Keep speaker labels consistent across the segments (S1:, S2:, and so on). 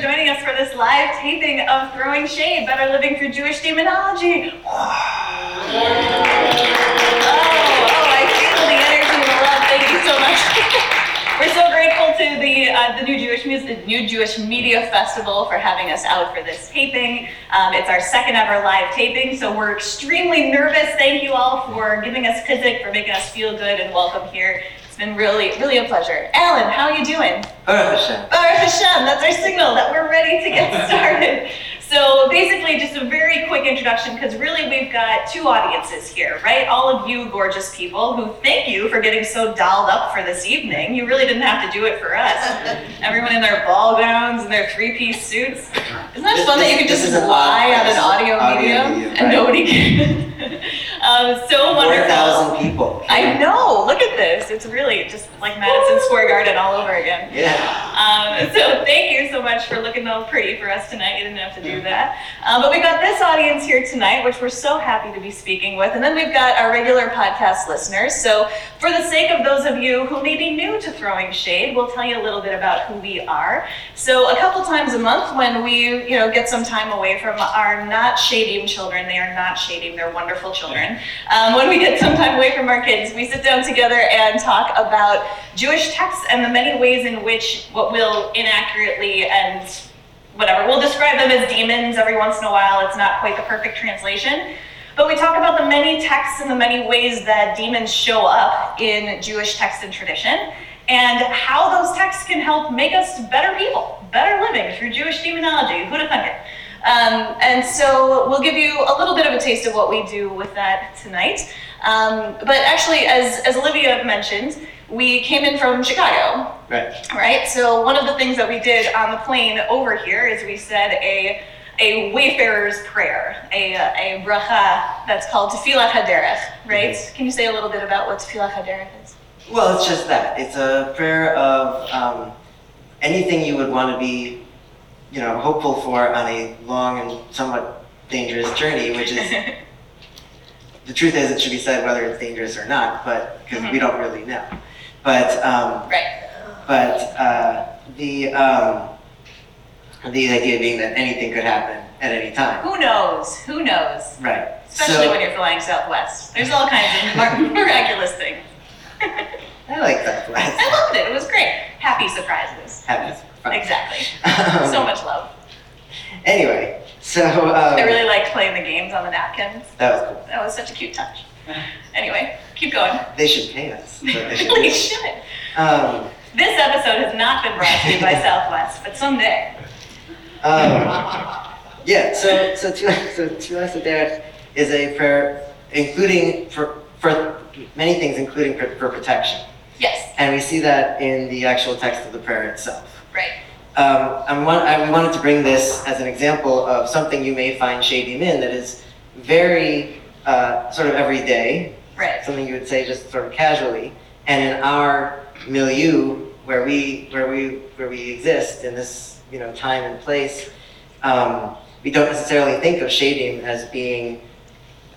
S1: this live taping of Throwing Shade Better Living Through Jewish Demonology. Oh, oh, I feel the energy and the love. Thank you so much. We're so grateful to the uh, the New Jewish Music, New Jewish Media Festival for having us out for this taping. Um, it's our second ever live taping, so we're extremely nervous. Thank you all for giving us physic, for making us feel good and welcome here. It's been really, really a pleasure. Alan, how are you doing?
S2: Baruch Hashem.
S1: Baruch Hashem, Oh, that's our signal that we're ready to get started. So basically, just a very quick introduction, because really we've got two audiences here, right? All of you gorgeous people who thank you for getting so dolled up for this evening. You really didn't have to do it for us. Everyone in their ball gowns and their three-piece suits. Isn't that
S2: This-
S1: fun that you
S2: this-
S1: can
S2: this
S1: just
S2: is an
S1: lie on an
S2: audio-
S1: audio
S2: audio
S1: medium
S2: medium,
S1: and
S2: right.
S1: nobody can? Um, So
S2: Four
S1: wonderful.
S2: thousand people.
S1: I know, look at this. It's really just like Madison Square Garden all over again.
S2: Yeah.
S1: Um, so thank you so much for looking all pretty for us tonight. You didn't have to do that. Uh, but we got this audience here tonight, which we're so happy to be speaking with. And then we've got our regular podcast listeners. So for the sake of those of you who may be new to Throwing Shade, we'll tell you a little bit about who we are. So a couple times a month when we, you know, get some time away from our not shading children, they are not shading, they're wonderful children. Um, when we get some time away from our kids, we sit down together and talk about Jewish texts and the many ways in which what we'll inaccurately and whatever, we'll describe them as demons every once in a while. It's not quite the perfect translation. But we talk about the many texts and the many ways that demons show up in Jewish text and tradition, and how those texts can help make us better people, better living through Jewish demonology. Who'd have thunk it? Um, and so we'll give you a little bit of a taste of what we do with that tonight. Um, but actually, as, as Olivia mentioned, we came in from Chicago
S2: Right.
S1: right? So one of the things that we did on the plane over here is we said a a wayfarer's prayer, a a bracha that's called Tefillah Haderech, right?
S2: Mm-hmm.
S1: Can you say a little bit about what Tefillah Haderech is?
S2: Well, it's just that. It's a prayer of um, anything you would want to be, you know, hopeful for on a long and somewhat dangerous journey. Which is the truth is, it should be said whether it's dangerous or not, but because
S1: Mm-hmm.
S2: we don't really know. But um,
S1: right.
S2: But uh, the um, the idea being that anything could happen at any time.
S1: Who knows? Who knows?
S2: Right.
S1: Especially
S2: so
S1: when you're flying Southwest. There's all kinds of mar- miraculous things.
S2: I like that
S1: I
S2: class.
S1: loved it. It was great. Happy surprises.
S2: Happens. Fun.
S1: Exactly.
S2: Um,
S1: So much love.
S2: Anyway, so um, oh,
S1: I really liked playing the games on the napkins.
S2: that was cool.
S1: That was such a cute touch. Anyway, keep going.
S2: They should pay us. That's what they should
S1: Really
S2: do.
S1: should.
S2: Um,
S1: This episode has not been brought to you by Southwest, but someday.
S2: um, yeah. So so Tula- so Tula Sederach is a prayer, including for for many things, including for, for protection,
S1: Yes,
S2: and we see that in the actual text of the prayer itself.
S1: right.
S2: Um, I'm one, I wanted to bring this as an example of something you may find shady men that is very uh, sort of everyday,
S1: Right.
S2: something you would say just sort of casually, and in our milieu where we where we where we exist in this you know time and place, um, we don't necessarily think of shading as being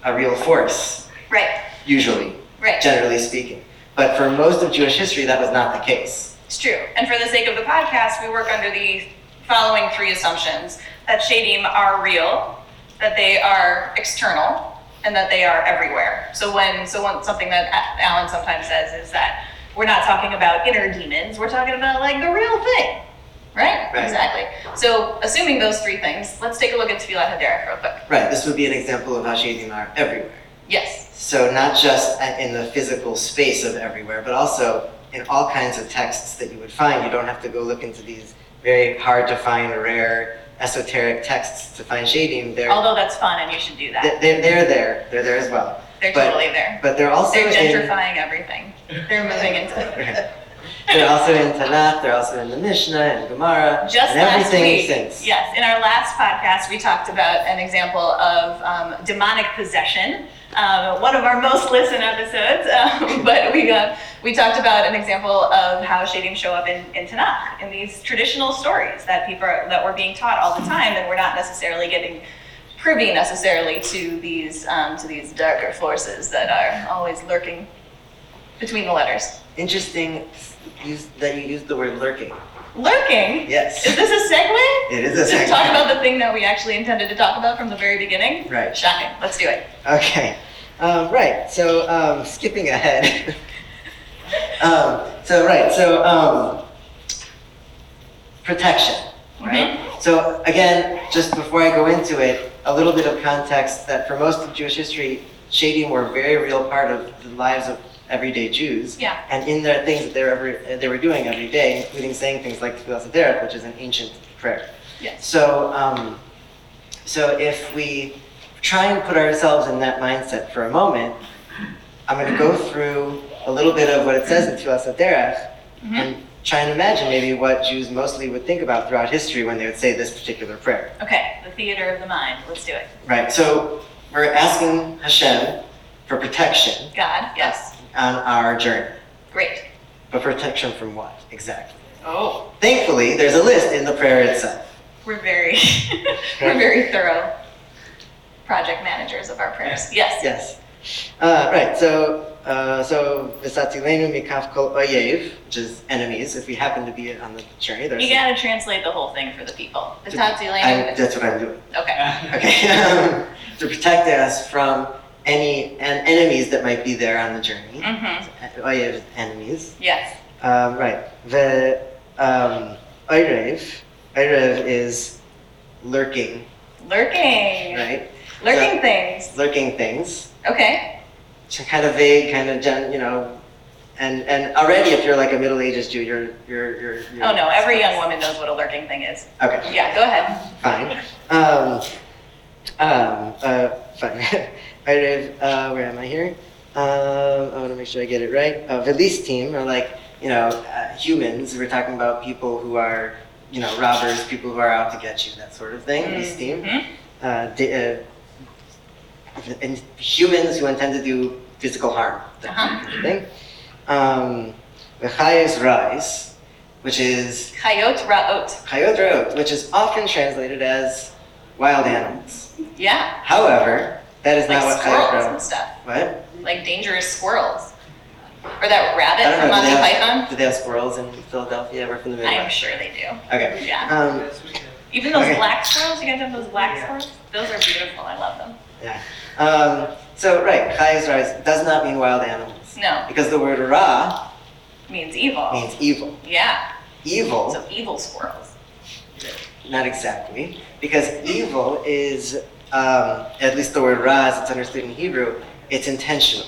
S2: a real force
S1: Right.
S2: usually,
S1: Right.
S2: generally speaking. But for most of Jewish history, that was not the case.
S1: It's true. And for the sake of the podcast, we work under the following three assumptions that Shadim are real, that they are external, and that they are everywhere. So when so when something that A- Alan sometimes says is that we're not talking about inner demons, we're talking about like the real thing. Right?
S2: Right.
S1: Exactly. So assuming those three things, let's take a look at Tefillah Haderach real quick.
S2: Right. This would be an example of how shading are everywhere.
S1: Yes.
S2: So not just at- in the physical space of everywhere, but also in all kinds of texts that you would find. You don't have to go look into these very hard to find, rare, esoteric texts to find shading. They're
S1: Although that's fun and you should do that.
S2: they're, they're there. They're there as well.
S1: They're
S2: but-
S1: totally there.
S2: But they're also
S1: They're
S2: in
S1: gentrifying everything. They're moving into
S2: they're also in Tanakh. They're also in the Mishnah and Gemara
S1: just
S2: and
S1: last
S2: everything
S1: week.
S2: since.
S1: Yes, in our last podcast, we talked about an example of um, demonic possession. Um, one of our most listened episodes, um, but we got we talked about an example of how shading show up in, in Tanakh in these traditional stories that people are, that we're being taught all the time, and we're not necessarily getting privy necessarily to these um, to these darker forces that are always lurking between the letters.
S2: Interesting s- use, that you used the word lurking.
S1: lurking. Is
S2: Yes,
S1: this a segue?
S2: it is a
S1: To
S2: segue.
S1: talk about the thing that we actually intended to talk about from the very beginning?
S2: Right.
S1: Shocking. Let's do it.
S2: Okay. Um, right. So um, skipping ahead. um, so right. So um, protection. Right. Mm-hmm. So again, just before I go into it, a little bit of context that for most of Jewish history, shading were a very real part of the lives of everyday Jews.
S1: Yeah.
S2: And in their things that they were ever, they were doing every day, including saying things like Tefillah Sederach, which is an ancient prayer.
S1: Yes.
S2: So, um, so if we try and put ourselves in that mindset for a moment, I'm going to go through a little bit of what it says in Tefillah Derech
S1: Mm-hmm.
S2: and try and imagine maybe what Jews mostly would think about throughout history when they would say this particular prayer.
S1: Okay. The theater of the mind. Let's do it.
S2: Right. So we're asking Hashem for protection
S1: God. Yes.
S2: on our journey,
S1: Great.
S2: but protection from what exactly?
S1: Oh.
S2: Thankfully, there's a list in the prayer itself.
S1: We're very, we're very thorough project managers of our prayers. Yes.
S2: Yes. Uh, right. So uh, so Visatilenu mikaf kol oyev, which is enemies. If we happen to be on the journey, there's.
S1: You gotta translate the whole thing for the people. The top two
S2: I,
S1: languages.
S2: that's what I'm doing.
S1: Okay.
S2: Okay. um, to protect us from any and enemies that might be there on the journey.
S1: Mm-hmm.
S2: Oyev is enemies.
S1: Yes.
S2: Um, right. The um, oirev. Oirev is lurking,
S1: Lurking.
S2: right?
S1: Lurking things.
S2: Lurking things.
S1: Okay.
S2: So kind of vague, kind of gen, you know, and and already if you're like a Middle Ages Jew, you're you're you're. you're
S1: Oh no, every young woman knows what a lurking thing is.
S2: Okay,
S1: Yeah, go ahead.
S2: fine. Um, um, uh, fine. I live, uh, where am I here? Um, I want to make sure I get it right. Uh, Veliz team are like you know uh, humans. We're talking about people who are you know robbers, people who are out to get you, that sort of thing. Veliz team.
S1: Mhm.
S2: Uh, de- uh, and humans who intend to do physical harm. That
S1: Uh-huh.
S2: kind of thing. Um, the Chayos Rais, which is
S1: Coyote raot.
S2: Chayot Raot, which is often translated as wild animals.
S1: Yeah.
S2: However, that is
S1: Like
S2: not what Chayot
S1: squirrels and
S2: Raot.
S1: stuff.
S2: What?
S1: Like dangerous squirrels. Or that
S2: I
S1: rabbit
S2: don't
S1: from
S2: know. Do
S1: Monty
S2: they,
S1: Python.
S2: have, do they have squirrels in Philadelphia or from the
S1: I'm
S2: Midwest?
S1: sure they do.
S2: Okay.
S1: Yeah.
S2: Um,
S1: Even those
S2: Okay.
S1: black squirrels, you guys have those black
S3: Yeah.
S1: squirrels? Those are beautiful. I love them.
S2: yeah. Um, so right, Chayot Rais does not mean wild animals
S1: No,
S2: because the word Ra
S1: means evil.
S2: means evil.
S1: yeah.
S2: Evil.
S1: So evil squirrels.
S2: Not exactly, because evil is, um, at least the word ra, as it's understood in Hebrew, it's intentional.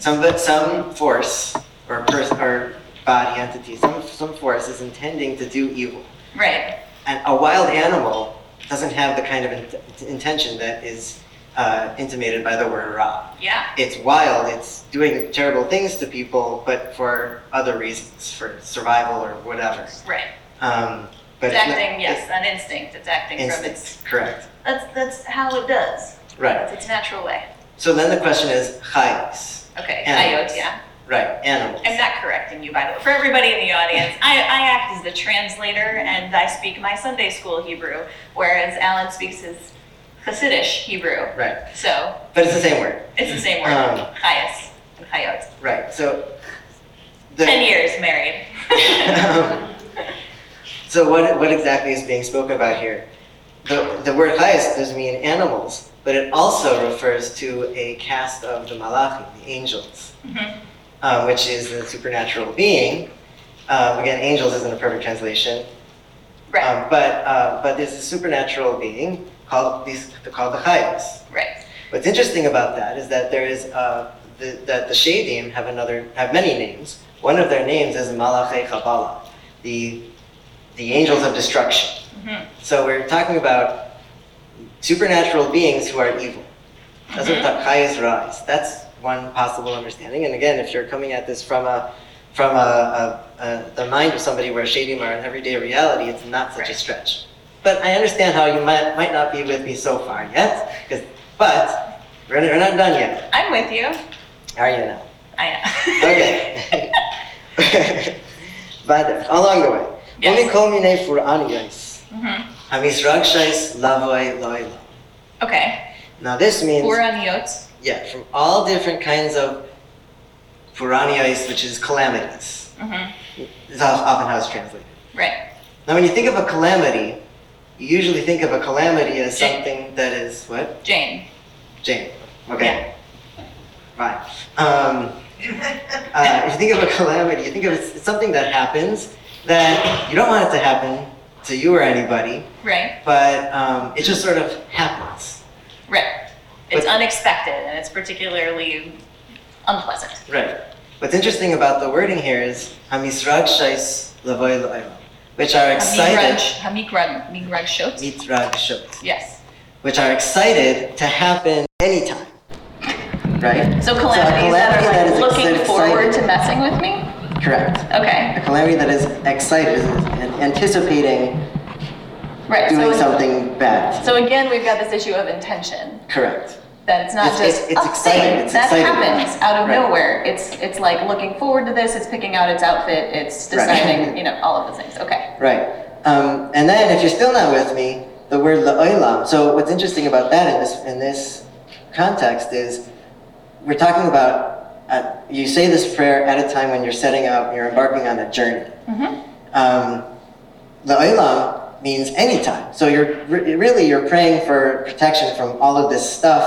S2: Some, but some force or person or body entity, some some force is intending to do evil,
S1: Right.
S2: and a wild animal doesn't have the kind of in- intention that is uh, intimated by the word ra.
S1: Yeah.
S2: It's wild. It's doing terrible things to people, but for other reasons, for survival or whatever.
S1: Right.
S2: Um, but
S1: It's
S2: it's not-
S1: acting, yes, on instinct. It's acting
S2: It's,
S1: from its.
S2: it's correct.
S1: That's that's how it does.
S2: Right.
S1: That's its natural way.
S2: So then the question is chayos.
S1: Okay.
S2: Animals.
S1: Coyote. Yeah.
S2: Right, animals.
S1: I'm not correcting you, by the way. For everybody in the audience, I, I act as the translator and I speak my Sunday school Hebrew, whereas Alan speaks his Hasidic Hebrew.
S2: Right,
S1: So
S2: but it's the same word.
S1: it's the same word.
S2: Um.
S1: Chayas and chayot.
S2: Right, so. the-
S1: Ten years married.
S2: so what, what exactly is being spoken about here? The, the word chayos does mean animals, but it also refers to a caste of the malachim, the angels,
S1: Mhm.
S2: uh, which is the supernatural being. Uh, again, angels isn't a perfect translation,
S1: right.
S2: um, but uh, but there's a supernatural being called these called the chayos.
S1: right.
S2: What's interesting about that is that there is uh, the, that the Shadim have another have many names. One of their names is Malachei Kabbalah, the the angels of destruction.
S1: Mhm.
S2: So we're talking about supernatural beings who are evil. That's what the Chayes rise. That's one possible understanding. And again, if you're coming at this from a from a, a, a the mind of somebody where Shadim are an everyday reality, it's not such a
S1: Right.
S2: stretch. But I understand how you might might not be with me so far yet, 'cause- but we're, we're not done yet.
S1: I'm with you.
S2: Are you now?
S1: I am.
S2: Okay. But along the way.
S1: Yes.
S2: Umikol minei fur'aniyos.
S1: Mhm.
S2: Hamisrakshais lavoi loilo.
S1: Okay.
S2: Now this means
S1: Uraniot.
S2: yeah, from all different kinds of furanias, which is calamities.
S1: Mhm.
S2: It's often how it's translated.
S1: Right.
S2: Now, when you think of a calamity, you usually think of a calamity as something that is what?
S1: Jane.
S2: Jane. Okay. Right. Um, uh, if you think of a calamity, you think of it's it's something that happens that you don't want it to happen to you or anybody,
S1: Right.
S2: but um, it just sort of happens.
S1: Right. It's
S2: But-
S1: unexpected and it's particularly unpleasant.
S2: Right. What's interesting about the wording here is Hamisrad Shais Lavoy Lo'olam, which are excited.
S1: Hamigraj- Hamigraj- Hamigraj Shot.
S2: Mitrad Shot,
S1: Yes.
S2: Which are excited to happen anytime. Right?
S1: So
S2: a
S1: calamities
S2: calamity
S1: that are like
S2: is
S1: looking
S2: excited-
S1: forward to messing with me?
S2: Correct.
S1: Okay.
S2: A calamity that is excited and anticipating
S1: Right.
S2: doing
S1: so,
S2: something bad.
S1: so again, we've got this issue of intention.
S2: Correct.
S1: That it's not
S2: It's-
S1: just
S2: it's- it's
S1: a
S2: exciting,
S1: thing
S2: it's
S1: that
S2: exciting.
S1: happens out of
S2: Right.
S1: nowhere. It's it's like looking forward to this. It's picking out its outfit. It's
S2: Right.
S1: deciding. You know all of the things. Okay.
S2: Right. Um, and then if you're still not with me, the word la'olam. So what's interesting about that in this in this context is we're talking about uh, you say this prayer at a time when you're setting out, you're embarking on a journey.
S1: Mm-hmm.
S2: Um, la'olam means anytime. So you're re- really you're praying for protection from all of this stuff,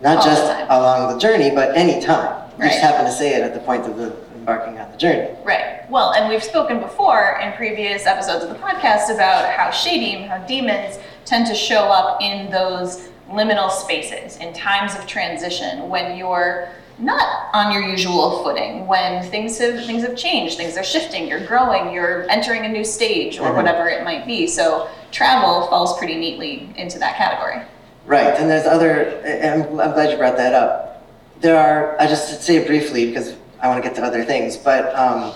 S2: not
S1: All the
S2: just
S1: time.
S2: along the journey, but anytime. You just
S1: Right.
S2: happen to say it at the point of the embarking on the journey.
S1: Right. Well, and we've spoken before in previous episodes of the podcast about how shadim, how demons tend to show up in those liminal spaces, in times of transition, when you're not on your usual footing, when things have things have changed, things are shifting, you're growing, you're entering a new stage or
S2: Mhm.
S1: whatever it might be. So travel falls pretty neatly into that category.
S2: Right, and there's other, and I'm I'm glad you brought that up. There are, I just say it briefly because I want to get to other things, but um,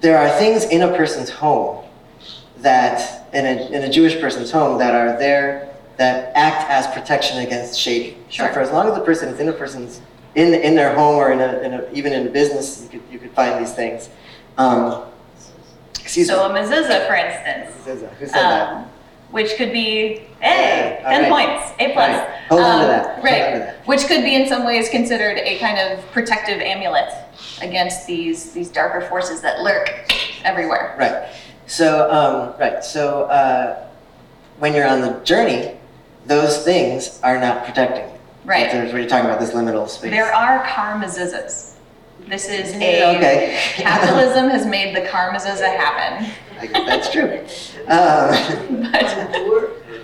S2: there are things in a person's home that, in a, in a Jewish person's home, that are there that act as protection against shady.
S1: Sure.
S2: So for as long as the person is in a person's, in, in their home or in a, in a, even in a business, you could, you could find these things. Um, excuse
S1: So a
S2: me.
S1: mezuzah, for instance,
S2: Who says that? Who said that?
S1: um, which could be
S2: Yeah,
S1: hey,
S2: all
S1: 10
S2: right.
S1: points, A plus.
S2: Right. Hold on to
S1: Um,
S2: that. Hold on
S1: right,
S2: to that.
S1: which could be in some ways considered a kind of protective amulet against these these darker forces that lurk everywhere.
S2: Right. So, um, right. So, uh, when you're on the journey, those things are not protecting. you.
S1: Right.
S2: That's what you're talking about, this liminal space.
S1: There are car mezuzahs. This is a
S2: Okay.
S1: capitalism has made the car mezuzah happen.
S2: I guess that's true. Um,
S1: But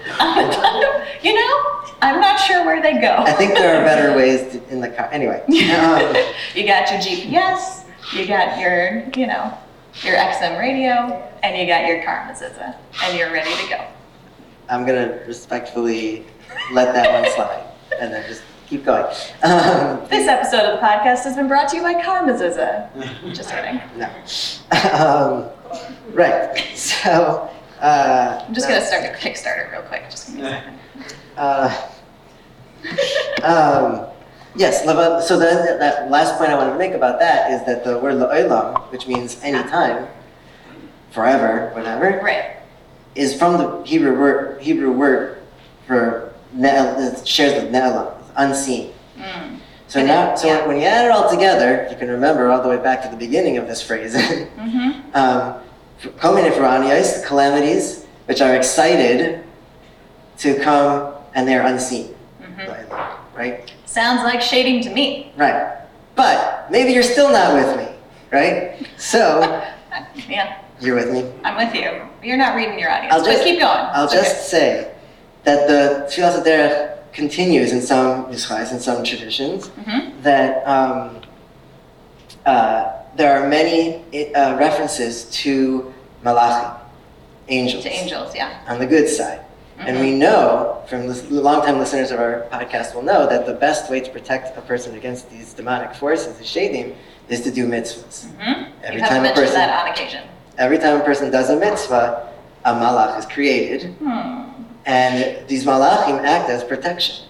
S1: you know, I'm not sure where they go.
S2: I think there are better ways to, in the car. Anyway. Um,
S1: you got your GPS, you got your, you know, your XM radio, and you got your car mezuzah, and you're ready to go.
S2: I'm going to respectfully let that one slide and then just keep going. Um,
S1: This episode of the podcast has been brought to you by Car Mezuzah. Just kidding.
S2: no. Um, right. So, uh,
S1: I'm just gonna start a Kickstarter real quick. Just give me a second.
S2: Uh, um, yes, lava- so the, that last point I wanted to make about that is that the word la'olam, which means anytime, forever, whatever,
S1: Right.
S2: is from the Hebrew word, Hebrew word for ne'el, it shares with ne'elam, unseen.
S1: Mm.
S2: So
S1: Okay,
S2: now, so
S1: yeah.
S2: when you add it all together, you can remember all the way back to the beginning of this phrase.
S1: Mm-hmm.
S2: um, culminating from Aniyas, the calamities, which are excited to come and they're unseen.
S1: Mhm.
S2: Right?
S1: Sounds like shading to me.
S2: Right. But maybe you're still not with me, right? So,
S1: Yeah,
S2: you're with me.
S1: I'm with you. You're not reading your audience,
S2: I'll
S1: but
S2: just-
S1: keep going.
S2: I'll
S1: It's okay.
S2: just say that the Tfilas Derech continues in some Yishais, in some traditions,
S1: Mhm.
S2: that um, uh, there are many uh, references to Malachi,
S1: to angels. Mm-hmm. Yeah.
S2: on the good side. And we know from lis- longtime listeners of our podcast will know that the best way to protect a person against these demonic forces, the shadim, is to do mitzvahs.
S1: Mhm.
S2: Every
S1: You have
S2: time a
S1: mentioned
S2: person-
S1: that on occasion.
S2: Every time a person does a mitzvah, a malach is created,
S1: Hmm.
S2: and these malachim act as protection.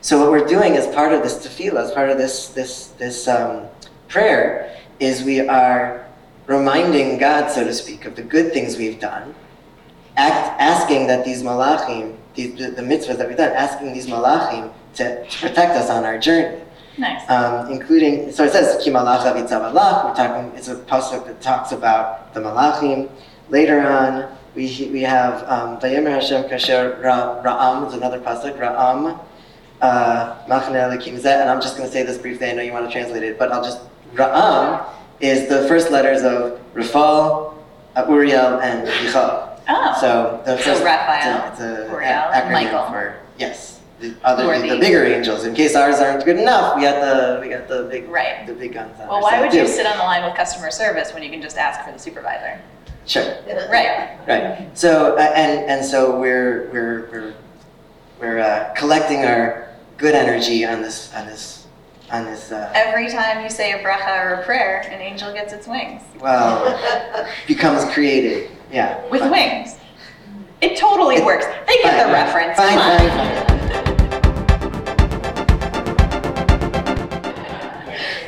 S2: So what we're doing as part of this tefillah, as part of this this this um, prayer, is we are reminding God, so to speak, of the good things we've done act, asking that these malachim, the, the, the mitzvahs that we've done, asking these malachim to, to protect us on our journey,
S1: Nice.
S2: um, including, so it says, ki malacha vitzav Allah, we're talking, it's a pasuk that talks about the malachim. Later on, we, we have um, Vayemer Hashem Kasher Ra- Ra'am is another pasuk Ra'am uh, Machaneh Elokim Zeh, and I'm just going to say this briefly. I know you want to translate it, but I'll just Ra'am is the first letters of Rafal, uh, Uriel, and Michal.
S3: Oh.
S2: So the
S1: So
S2: first
S1: Raphael,
S2: it's a, it's a
S1: Uriel,
S2: acronym
S1: Michael.
S2: for yes. The
S1: Who
S2: other
S1: are
S2: the, the
S1: the-
S2: bigger angels. In case ours aren't good enough, we got the we got the big
S1: Right.
S2: the big guns on
S1: Well,
S2: our
S1: why
S2: side
S1: would you
S2: too.
S1: sit on the line with customer service when you can just ask for the supervisor?
S2: Sure.
S1: Right.
S2: Right. So uh, and and so we're we're we're we're uh, collecting our good energy on this on this on this. Uh,
S1: Every time you say a bracha or a prayer, an angel gets its wings.
S2: well, becomes created. Yeah.
S1: With
S2: Fine.
S1: wings. It totally works. They get
S2: Fine,
S1: the reference.
S2: Fine,
S1: Come on.
S2: fine, fine.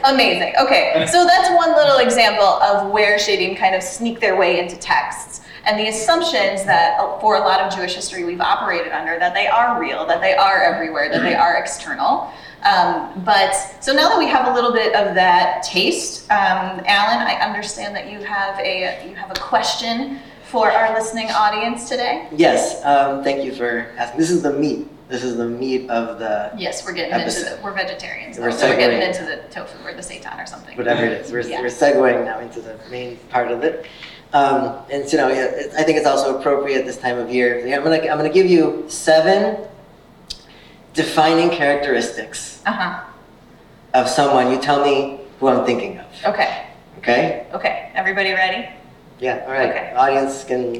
S1: Amazing. Okay, so that's one little example of where shading kind of sneak their way into texts and the assumptions that uh, for a lot of Jewish history we've operated under that they are real, that they are everywhere, that they are external. Um, but so now that we have a little bit of that taste, um, Alan, I understand that you have a you have a question for our listening audience today.
S2: Yes. Um, thank you for asking. This is the meat. This is the meat of the
S1: Yes, we're getting into
S2: Episode.
S1: the, we're vegetarians,
S2: We're
S1: though, so we're getting
S2: segueing.
S1: into the tofu or the seitan or something.
S2: whatever it is. We're,
S1: Yeah.
S2: we're segueing now into the main part of it. Um, and so, you know, it- I think it's also appropriate this time of year. I'm gonna I'm gonna give you seven defining characteristics
S1: Uh huh.
S2: of someone, you tell me who I'm thinking of.
S1: Okay.
S2: Okay?
S1: Okay. Everybody ready?
S2: Yeah, all right.
S1: Okay.
S2: Audience can,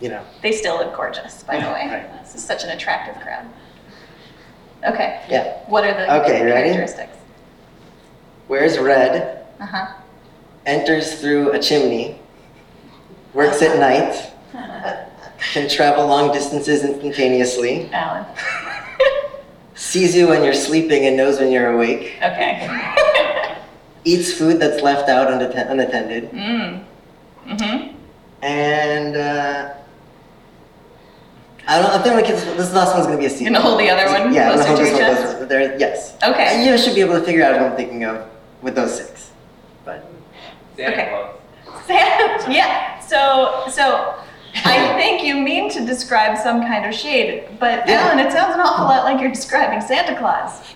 S2: you know,
S1: They still look gorgeous, by the way.
S2: Right.
S1: This is such an attractive crowd. Okay,
S2: yeah.
S1: what are the
S2: Okay, you ready?
S1: characteristics?
S2: Wears red,
S1: Uh-huh.
S2: enters through a chimney, works at night, can travel long distances instantaneously,
S1: Alan.
S2: sees you when you're sleeping and knows when you're awake,
S1: okay.
S2: eats food that's left out unatten- unattended,
S1: mm. Mm-hmm.
S2: and uh, I don't. I think I'm gonna keep this, this last one's gonna be a secret.
S1: You gonna hold the other one
S2: Yeah, I'm gonna
S1: closer
S2: hold
S1: to
S2: this
S1: your
S2: one
S1: chest?
S2: closer. There, yes.
S1: Okay.
S2: And you should be able to figure out who I'm thinking of with those six. But
S1: Okay.
S4: Santa Claus.
S1: Sam, yeah. So, so I think you mean to describe some kind of shade, but
S2: Yeah.
S1: Alan, it sounds an awful lot like you're describing Santa Claus.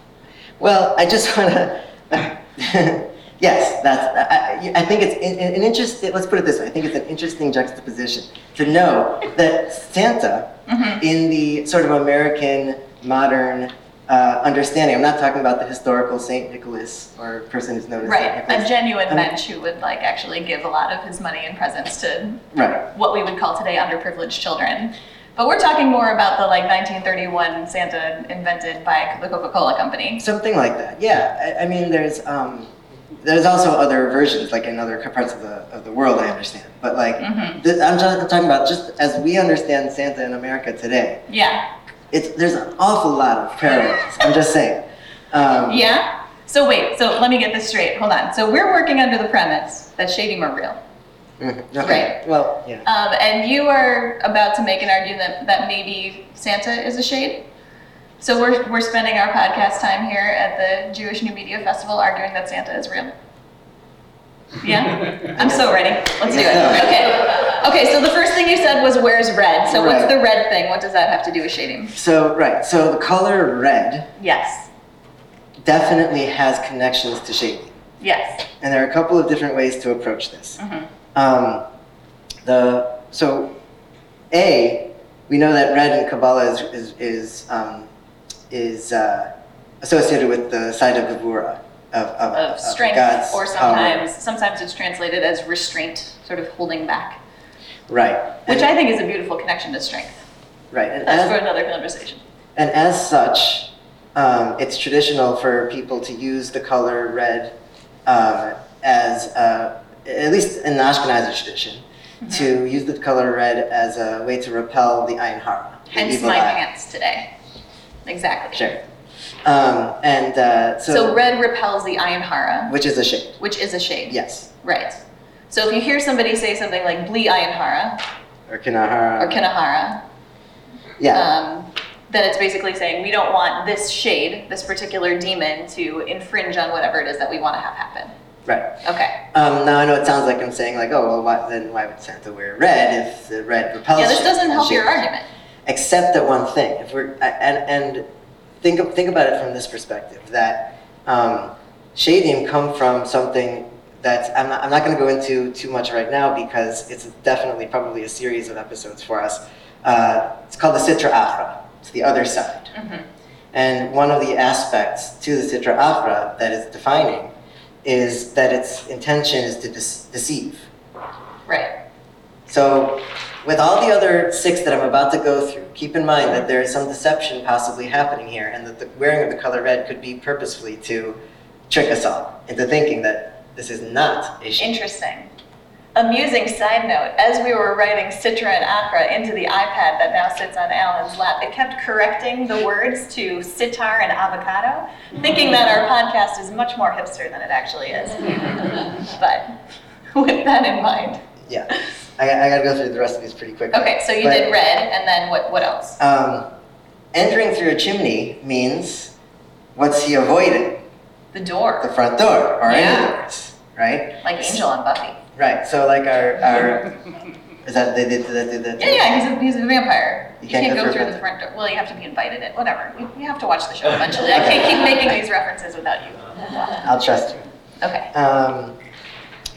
S2: well, I just want to. yes, that's. I, I- I think it's an, an interesting. Let's put it this way. I think it's an interesting juxtaposition to know that Santa,
S1: Mm-hmm.
S2: in the sort of American modern. Uh, understanding. I'm not talking about the historical Saint Nicholas or person who's known as
S1: Right,
S2: Saint
S1: a
S2: Nicholas.
S1: genuine
S2: Um,
S1: mensch who would like actually give a lot of his money and presents to
S2: right.
S1: what we would call today underprivileged children. But we're talking more about the like 1931 Santa invented by the Coca-Cola company.
S2: Something like that. Yeah. I, I mean, there's um, there's also other versions, like in other parts of the of the world. I understand, but like
S1: Mhm.
S2: th- I'm, just, I'm talking about just as we understand Santa in America today.
S1: Yeah.
S2: It's there's an awful lot of parallels. I'm just saying. Um,
S1: Yeah. So wait, so let me get this straight. Hold on. So we're working under the premise that shading are real.
S2: mhm, Okay. Well, yeah.
S1: Um, and you are about to make an argument that maybe Santa is a shade. So we're, we're spending our podcast time here at the Jewish New Media Festival arguing that Santa is real. Yeah? I'm so ready. Let's do it. Okay. Okay, so the first thing you said was where's red? So what's the red thing? What does that have to do with shading?
S2: So right. So the color red
S1: Yes.
S2: definitely has connections to shading,
S1: Yes.
S2: and there are a couple of different ways to approach this.
S1: Mhm.
S2: Um, the so a we know that red in Kabbalah is is is, um, is uh, associated with the side of Gevura of of,
S1: Of strength,
S2: Oh, God's
S1: or
S2: power.
S1: sometimes sometimes it's translated as restraint, sort of holding back,
S2: right,
S1: which
S2: and,
S1: I think is a beautiful connection to strength.
S2: right, and
S1: That's for
S2: as,
S1: another conversation.
S2: and as such, um, it's traditional for people to use the color red um, as uh, at least in the Ashkenazi tradition.
S1: Mm-hmm.
S2: To use the color red as a way to repel the Ayin Hara. the
S1: Hence
S2: evil
S1: my
S2: eye.
S1: pants today. Exactly.
S2: Sure. Um, and uh, so,
S1: So, red repels the iron hara,
S2: which is a shade.
S1: which is a shade.
S2: Yes.
S1: Right. So if you hear somebody say something like bli iron hara
S2: Or Kanahara.
S1: or kinahara,
S2: Uh-huh. yeah.
S1: um, then it's basically saying we don't want this shade, this particular demon, to infringe on whatever it is that we want to have happen.
S2: Right.
S1: Okay.
S2: Um, now I know it sounds like I'm saying like, oh well, why, then why would Santa wear red if the red repels?
S1: Yeah, this
S2: shit-
S1: doesn't help
S2: shit?
S1: your argument.
S2: Except that one thing, if we're a- and and think of, think about it from this perspective that um, shadium come from something that's I'm not, I'm not going to go into too much right now because it's definitely probably a series of episodes for us. Uh, it's called the Sitra Afra. It's the other side.
S1: Mhm.
S2: And one of the aspects to the Sitra Afra that is defining is that its intention is to dec- deceive.
S1: Right.
S2: So, with all the other six that I'm about to go through, keep in mind that there is some deception possibly happening here, and that the wearing of the color red could be purposefully to trick us all into thinking that this is not a shade.
S1: Interesting. Amusing side note, as we were writing Citra and Acra into the iPad that now sits on Alan's lap, it kept correcting the words to sitar and avocado, thinking that our podcast is much more hipster than it actually is. but with that in mind.
S2: Yeah, I, I gotta go through the rest of these pretty quickly.
S1: Okay, so you
S2: But-
S1: did red, and then what, what else?
S2: Um, entering through a chimney means what's he avoiding?
S1: The
S2: The
S1: door,
S2: front door or any
S1: Yeah.
S2: doors, right?
S1: like Angel on Buffy.
S2: Right. So like our our is that they did that did that?
S1: Yeah, yeah, he's a, he's a vampire.
S2: You can't
S1: go
S2: go through
S1: through
S2: the-
S1: the front door. Well, you have to be invited in, whatever. We, we have to watch the show eventually. I can't keep making these references without you.
S2: I'll trust you.
S1: Okay.
S2: Um,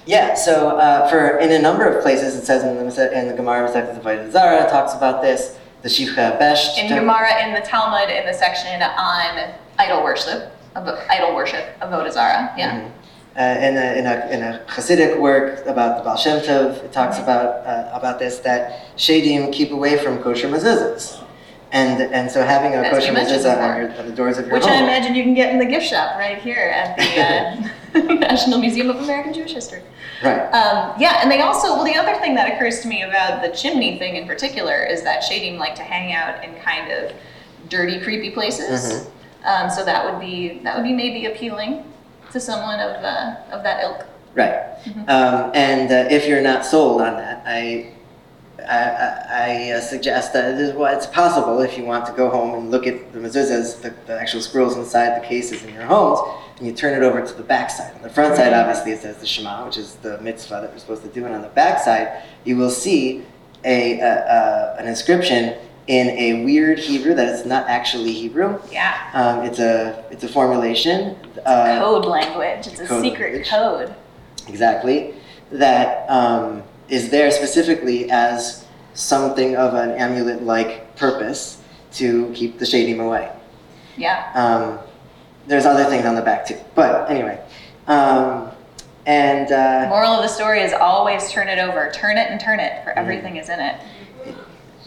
S2: yeah, so uh, for in a number of places, it says in the, Misa- in the Gemara Masechet Avodah Zarah talks about this. The Shivcha Besh.
S1: In Gemara, in the Talmud, in the section on idol worship, of idol worship, Avodah Zarah, yeah.
S2: Mhm. Uh, in, a, in, a, in a Hasidic work about the Baal Shem Tov, it
S1: Mm-hmm.
S2: talks about uh, about this that shadim keep away from kosher mezuzahs, and and so having a
S1: As we
S2: kosher
S1: mentioned
S2: mezuzah on,
S1: before.
S2: your, on the doors of your
S1: Which I
S2: home.
S1: imagine you can get in the gift shop right here at the uh, National Museum of American Jewish History.
S2: right.
S1: Um, yeah, and they also, well, the other thing that occurs to me about the chimney thing in particular is that Shadim like to hang out in kind of dirty, creepy places.
S2: Mm-hmm.
S1: Um, so that would be that would be maybe appealing to someone of uh, of that ilk.
S2: Right.
S1: Mhm.
S2: Um, and uh, if you're not sold on that, I, I, I, I uh, suggest that it is, well, it's possible if you want to go home and look at the mezuzahs, the, the actual scrolls inside the cases in your homes, and you turn it over to the back side. On the front side, obviously, it says the Shema, which is the mitzvah that we're supposed to do, and on the back side, you will see a, uh, uh, an inscription in a weird Hebrew that is not actually Hebrew.
S1: Yeah,
S2: Um, it's a it's a formulation. uh,
S1: code language. It's a
S2: code
S1: secret
S2: language.
S1: code.
S2: exactly that um, is there specifically as something of an amulet like purpose to keep the shadim away
S1: Yeah,
S2: um, there's other things on the back too but anyway um, and uh,
S1: moral of the story is always turn it over, turn it and turn it,
S2: Mm-hmm.
S1: for everything is in it.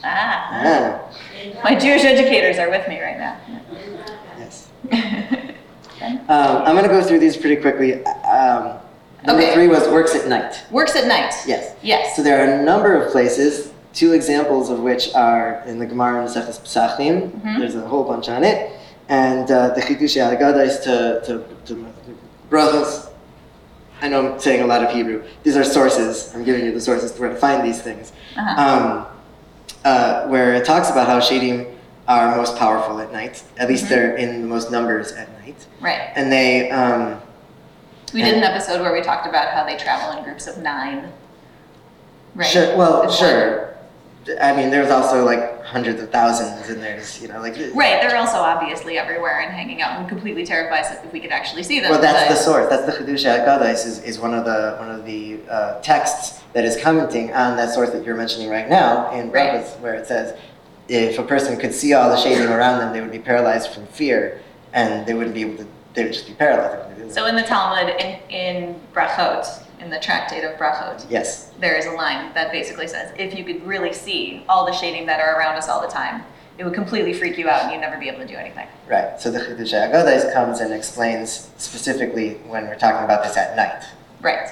S1: Ah,
S2: yeah,
S1: my Jewish educators are with me right now.
S2: yes. um, i'm going to go through these pretty quickly um, number
S1: Okay.
S2: three was works at night
S1: Works at night.
S2: yes
S1: Yes.
S2: So there are a number of places, two examples of which are in the Gemara and Mesechus Pesachim.
S1: Mhm.
S2: There's a whole bunch on it. And uh, the Chidush Yalagada is to, to, to brothers. I know I'm saying a lot of Hebrew. These are sources. I'm giving you the sources to where to find these things.
S1: Uh-huh.
S2: Um, uh, where it talks about how Shadim are most powerful at night. At least
S1: Mhm.
S2: they're in the most numbers at night.
S1: Right.
S2: And they, um,
S1: We did an episode where we talked about how they travel in groups of nine. Right.
S2: Sure. Well,
S1: It's
S2: sure. I mean, there's also like hundreds of thousands, and there's you know like.
S1: like- right. They're also obviously everywhere and hanging out and completely terrified us if we could actually see them.
S2: Well, that's the
S1: but-
S2: source. That's the Chedusha Haggadah is, is one of the one of the uh, texts that is commenting on that source that you're mentioning right now in
S1: Right.
S2: Brothers, where it says, if a person could see all the shading around them, they would be paralyzed from fear, and they wouldn't be able to. They would just be paralyzed.
S1: so in the Talmud, in, in Brachot, in the tractate of Brachot,
S2: yes,
S1: there is a line that basically says, if you could really see all the shading that are around us all the time, it would completely freak you out and you'd never be able to do anything.
S2: right. So the Chedusha Haggadah is- comes and explains specifically when we're talking about this at night
S1: Right.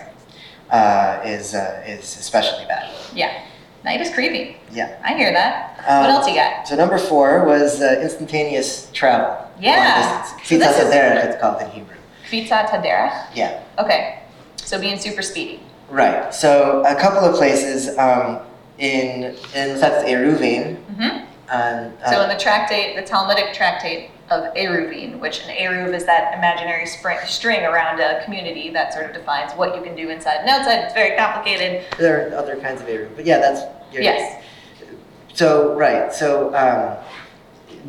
S2: uh, is uh, is especially bad.
S1: Yeah. Night is creepy.
S2: Yeah.
S1: I hear that. what
S2: Um,
S1: else you got?
S2: So number four was uh, instantaneous travel.
S1: Yeah. So this is-
S2: Tzitzatzadera, it's called in Hebrew.
S1: Kvitza Taderech.
S2: Yeah,
S1: Okay. So being super speedy.
S2: right. So a couple of places um, in in that's Eruvin.
S1: Mm-hmm.
S2: Um,
S1: So
S2: uh,
S1: in the tractate, the Talmudic tractate of Eruvine, which an Eruv is that imaginary spring, string around a community that sort of defines what you can do inside and outside. It's very complicated.
S2: There are other kinds of area, but yeah, that's. your-
S1: Yes.
S2: So, right, so um,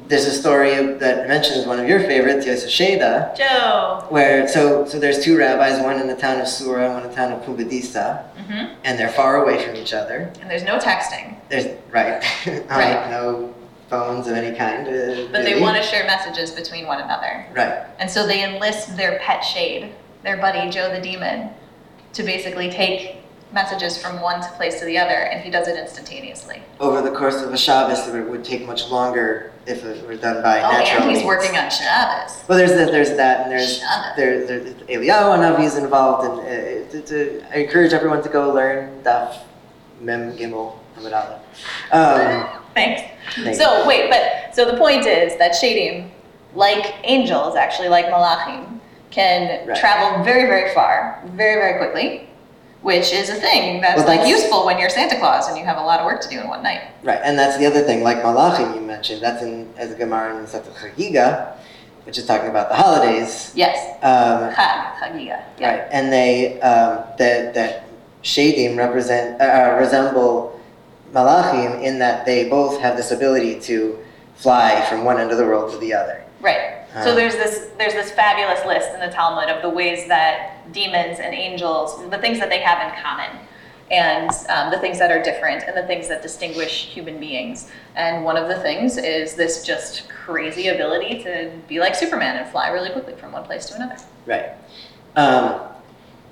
S2: there's a story that mentions one of your favorites, Yosasheda,
S1: Joe.
S2: where, so, so there's two rabbis, one in the town of Sura, one in the town of Pumbedisa,
S1: hmm
S2: and they're far away from each other.
S1: And there's no texting,
S2: There's, right, um,
S1: Right.
S2: no phones of any kind. uh,
S1: but they
S2: really.
S1: want to share messages between one another.
S2: Right,
S1: And so they enlist their pet shade, their buddy Joe the demon, to basically take messages from one place to the other, and he does it instantaneously.
S2: over the course of a Shabbos, it would take much longer if it were done by
S1: Oh, and
S2: natural
S1: he's
S2: means.
S1: working on Shabbos.
S2: Well, there's that, there's that, and there's
S1: Shabbos.
S2: there, there's Eliyahu and Avi is involved, and uh, to, to, I encourage everyone to go learn Daf Mem Gimel Hamad Aleph. Um,
S1: Thanks.
S2: thank you.
S1: So wait, but so the point is that Shadim, like angels, actually like Malachim, can
S2: Right.
S1: travel very, very far, very, very quickly, which is a thing that's
S2: Well,
S1: like
S2: that's-
S1: useful when you're Santa Claus and you have a lot of work to do in one night.
S2: right, and that's the other thing, like Malachim you mentioned, that's in as a Gemara in Sata Chagiga, which is talking about the holidays.
S1: Yes,
S2: Um,
S1: Chag, Chagiga. Yeah.
S2: Right, and they um, that that shadim represent uh, uh, resemble malachim in that they both have this ability to fly from one end of the world to the other.
S1: Right.
S2: Uh,
S1: So there's this there's this fabulous list in the Talmud of the ways that demons and angels, the things that they have in common, and um, the things that are different, and the things that distinguish human beings. And one of the things is this just crazy ability to be like Superman and fly really quickly from one place to another.
S2: Right. Um,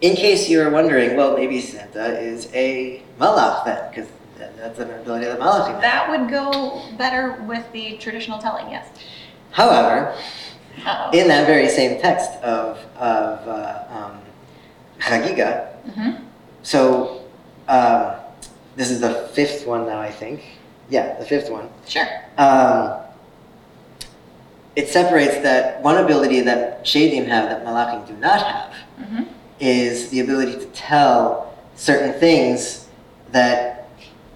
S2: in case you're wondering, well, maybe Santa is a malach then, because that's an ability that malachim. have.
S1: That would go better with the traditional telling, yes.
S2: However,
S1: Uh-oh.
S2: in that very same text of of uh, um, Chagiga,
S1: Mhm.
S2: So, um, this is the fifth one now, I think. Yeah, the fifth one.
S1: Sure.
S2: Um, it separates that one ability that Shadim have that Malachim do not have
S1: hmm
S2: is the ability to tell certain things that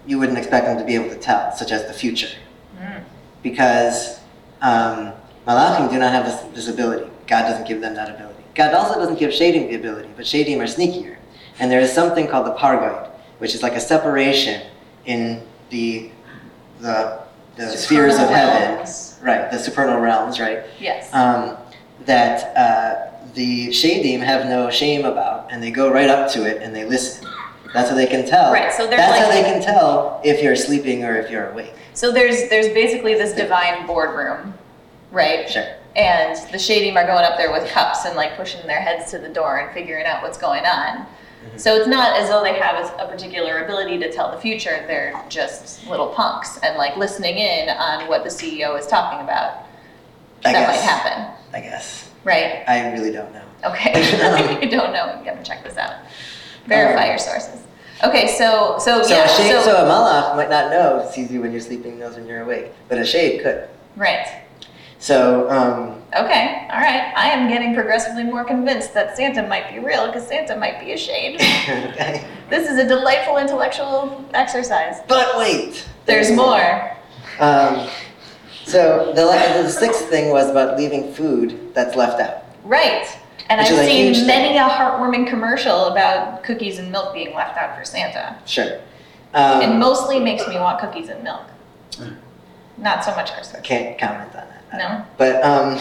S2: you wouldn't expect them to be able to tell, such as the future.
S1: Mm.
S2: Because um, Malachim do not have this, this ability. God doesn't give them that ability. God also doesn't give Shadim the ability, but Shadim are sneakier. And there is something called the Pargoid, which is like a separation in the, the, the spheres of heaven.
S1: Realms.
S2: Right, the supernal realms, right?
S1: Yes.
S2: um, that uh, the Shadim have no shame about, and they go right up to it and they listen. That's how they can tell.
S1: Right, so they're
S2: That's how
S1: like-
S2: they can tell if you're sleeping or if you're awake.
S1: So there's there's basically this divine boardroom, right?
S2: Sure.
S1: and the shadim are going up there with cups and like pushing their heads to the door and figuring out what's going on.
S2: Mm-hmm.
S1: So it's not as though they have a, a particular ability to tell the future. They're just little punks and like listening in on what the CEO is talking about. that
S2: I guess.
S1: might happen,
S2: I guess.
S1: right?
S2: I really don't know.
S1: Okay, you don't know. You gotta check this out. Verify
S2: Um,
S1: your sources. Okay, so so,
S2: So,
S1: yeah,
S2: a shade,
S1: so,
S2: so, a malach might not know if it sees you when you're sleeping, knows when you're awake, but a shade could.
S1: right.
S2: So, um,
S1: Okay, all right. I am getting progressively more convinced that Santa might be real because Santa might be a shade.
S2: okay.
S1: This is a delightful intellectual exercise.
S2: But wait,
S1: There's more.
S2: Um, so the, la- the sixth thing was about leaving food that's left out.
S1: Right. And
S2: Which is a
S1: I've
S2: huge
S1: seen
S2: thing.
S1: many a heartwarming commercial about cookies and milk being left out for Santa.
S2: Sure. Um,
S1: It mostly makes me want cookies and milk. Not so much Christmas.
S2: can't comment on that.
S1: No?
S2: But um,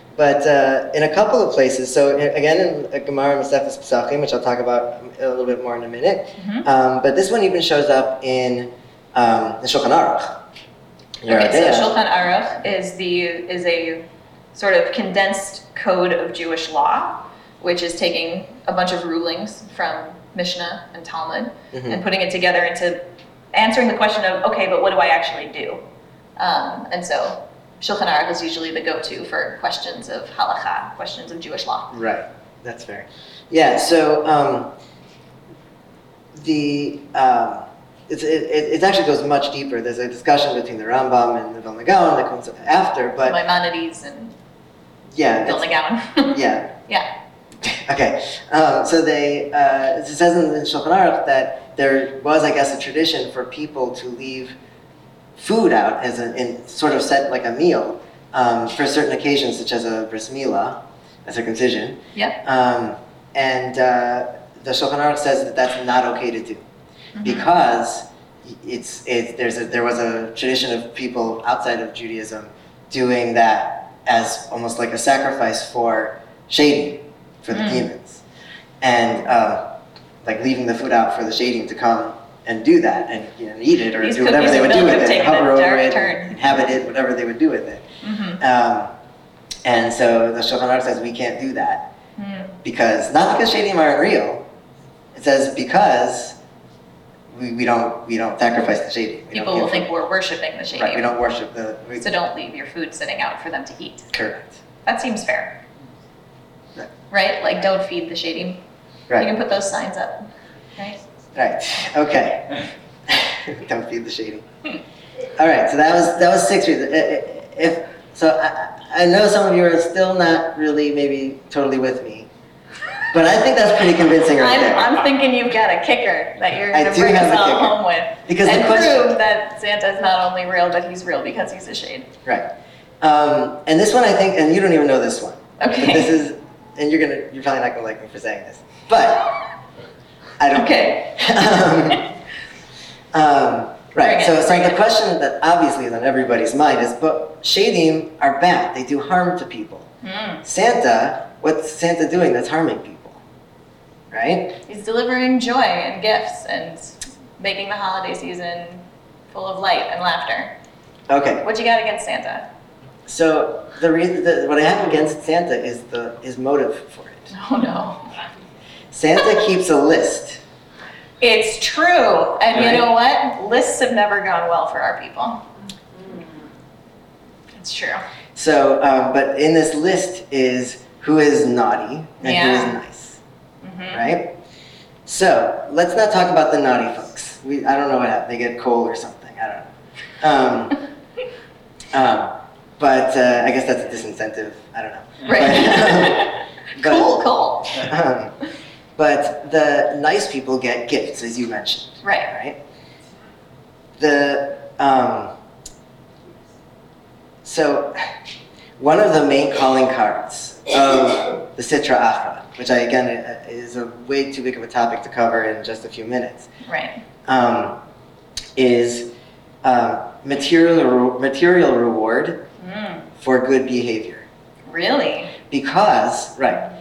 S2: but uh, in a couple of places. So a- again, in uh, Gemara Masefes Pesachim, which I'll talk about a little bit more in a minute.
S1: Mhm.
S2: Um, but this one even shows up in um, the Shulchan Aruch.
S1: Okay, so
S2: Yeridea.
S1: Shulchan Aruch is the is a sort of condensed code of Jewish law, which is taking a bunch of rulings from Mishnah and Talmud
S2: Mhm.
S1: and putting it together into answering the question of okay, but what do I actually do? Um, and so Shulchan Aruch is usually the go-to for questions of halacha, questions of Jewish law.
S2: Right. That's fair. Yeah. So um, the um, it's, it, it it actually goes much deeper. There's a discussion between the Rambam and the Vilna Gaon that comes after. But
S1: Maimonides and
S2: yeah,
S1: Vilna
S2: it's-
S1: Gaon.
S2: yeah.
S1: yeah.
S2: Okay, um, so they, uh, it says in the Shulchan Aruch that there was, I guess, a tradition for people to leave food out as a, in sort of set like a meal um, for certain occasions, such as a bris milah, a circumcision.
S1: Yep.
S2: Um, and uh, the Shulchan Aruch says that that's not okay to do
S1: Mm-hmm.
S2: because it's, it's there's a, there was a tradition of people outside of Judaism doing that as almost like a sacrifice for shading for the
S1: Mm.
S2: demons, and um, like leaving the food out for the shading to come and do that and you know, eat it or
S1: These
S2: do whatever
S1: cookies
S2: they would
S1: and
S2: do
S1: milk have
S2: with it,
S1: taken a
S2: hover over
S1: dark
S2: it,
S1: turn.
S2: inhabit it, whatever they would do with it.
S1: Mm-hmm.
S2: Um, and so the Shulchan Aruch says we can't do that
S1: Mm-hmm.
S2: because not because shadim aren't real. It says because we, we don't we don't sacrifice the shadim. We
S1: People
S2: don't
S1: will
S2: give-
S1: think we're worshiping the shady.
S2: right. We don't worship the we,
S1: So don't leave your food sitting out for them to eat.
S2: correct.
S1: That seems fair.
S2: Right.
S1: Right? Like, don't feed the shady. You
S2: Right.
S1: can put those signs up, right?
S2: Right. Okay. don't feed the shadim. All right. So that was that was six reasons. I- I- If so, I, I I know some of you are still not really maybe totally with me, but I think that's pretty convincing right there.
S1: I'm, I'm thinking you've got a kicker that you're
S2: I
S1: going to
S2: do
S1: bring
S2: have
S1: us
S2: a
S1: all
S2: kicker.
S1: home with.
S2: because
S1: and
S2: the question.
S1: prove that Santa's not only real, but he's real because he's a shade.
S2: Right. Um, and this one, I think, and you don't even know this one. But this
S1: Okay.
S2: is, and you're gonna, you're probably not gonna like me for saying this, but I don't.
S1: Okay.
S2: care. um, um,
S1: Bring
S2: right.
S1: it,
S2: So, so
S1: bring
S2: the
S1: it.
S2: question that obviously is on everybody's mind is, but shading are bad. They do harm to people.
S1: Hmm.
S2: Santa, what's Santa doing that's harming people? Right.
S1: He's delivering joy and gifts and making the holiday season full of light and laughter.
S2: Okay.
S1: What you got against Santa?
S2: So the reason that what I have against Santa is the is motive for it.
S1: Oh no.
S2: Santa keeps a list.
S1: It's true. And
S2: Right.
S1: you know what? Lists have never gone well for our people. It's true.
S2: So, um, but in this list is who is naughty and who
S1: Yeah.
S2: is nice,
S1: hmm
S2: right? So let's not talk about the naughty folks. We, I don't know what happened. They get cold or something. I don't know. Um, um, but uh, I guess that's a disincentive. I don't know.
S1: Right.
S2: But,
S1: cool, cool.
S2: um, but the nice people get gifts, as you mentioned.
S1: Right.
S2: right? The um, so one of the main calling cards of the Sitra Achra, which I again i- is a way too big of a topic to cover in just a few minutes,
S1: Right.
S2: um, is um, material re- material reward
S1: Mm.
S2: for good behavior
S1: Really?
S2: because right.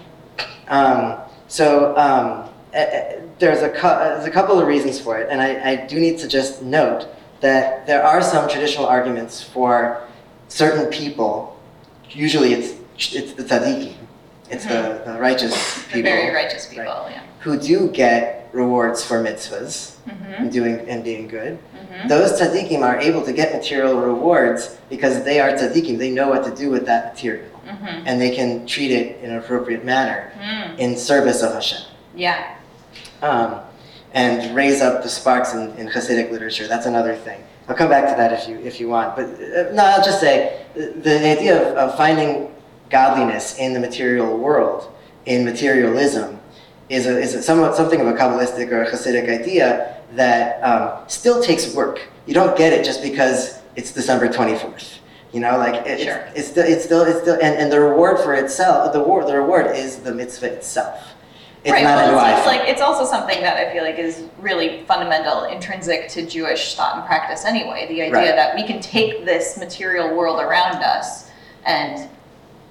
S2: Um, so um, eh, eh, there's a cou- there's a couple of reasons for it, and I, I do need to just note that there are some traditional arguments for certain people. Usually, it's it's the tzaddikim, it's the, the righteous
S1: Mm-hmm. The
S2: people
S1: very righteous people, yeah.
S2: who do get rewards for mitzvahs
S1: Mm-hmm.
S2: and doing and being good.
S1: Mm-hmm.
S2: Those tzaddikim are able to get material rewards because they are tzaddikim. They know what to do with that material
S1: Mm-hmm.
S2: and they can treat it in an appropriate manner
S1: Mm.
S2: in service of Hashem
S1: Yeah.
S2: um, and raise up the sparks in, in Hasidic literature. That's another thing. I'll come back to that if you if you want. But uh, no, I'll just say the, the idea of, of finding godliness in the material world, in materialism, is a, is a somewhat something of a kabbalistic or a Hasidic idea that um, still takes work. You don't get it just because it's December twenty fourth. You know, like it,
S1: Sure.
S2: it's, it's still it's still it's still and, and the reward for itself the reward the reward is the mitzvah itself. It's
S1: right.
S2: not
S1: well,
S2: a new
S1: it's, it's
S2: iPhone.
S1: like it's also something that I feel like is really fundamental, intrinsic to Jewish thought and practice anyway. The idea
S2: Right.
S1: that we can take this material world around us and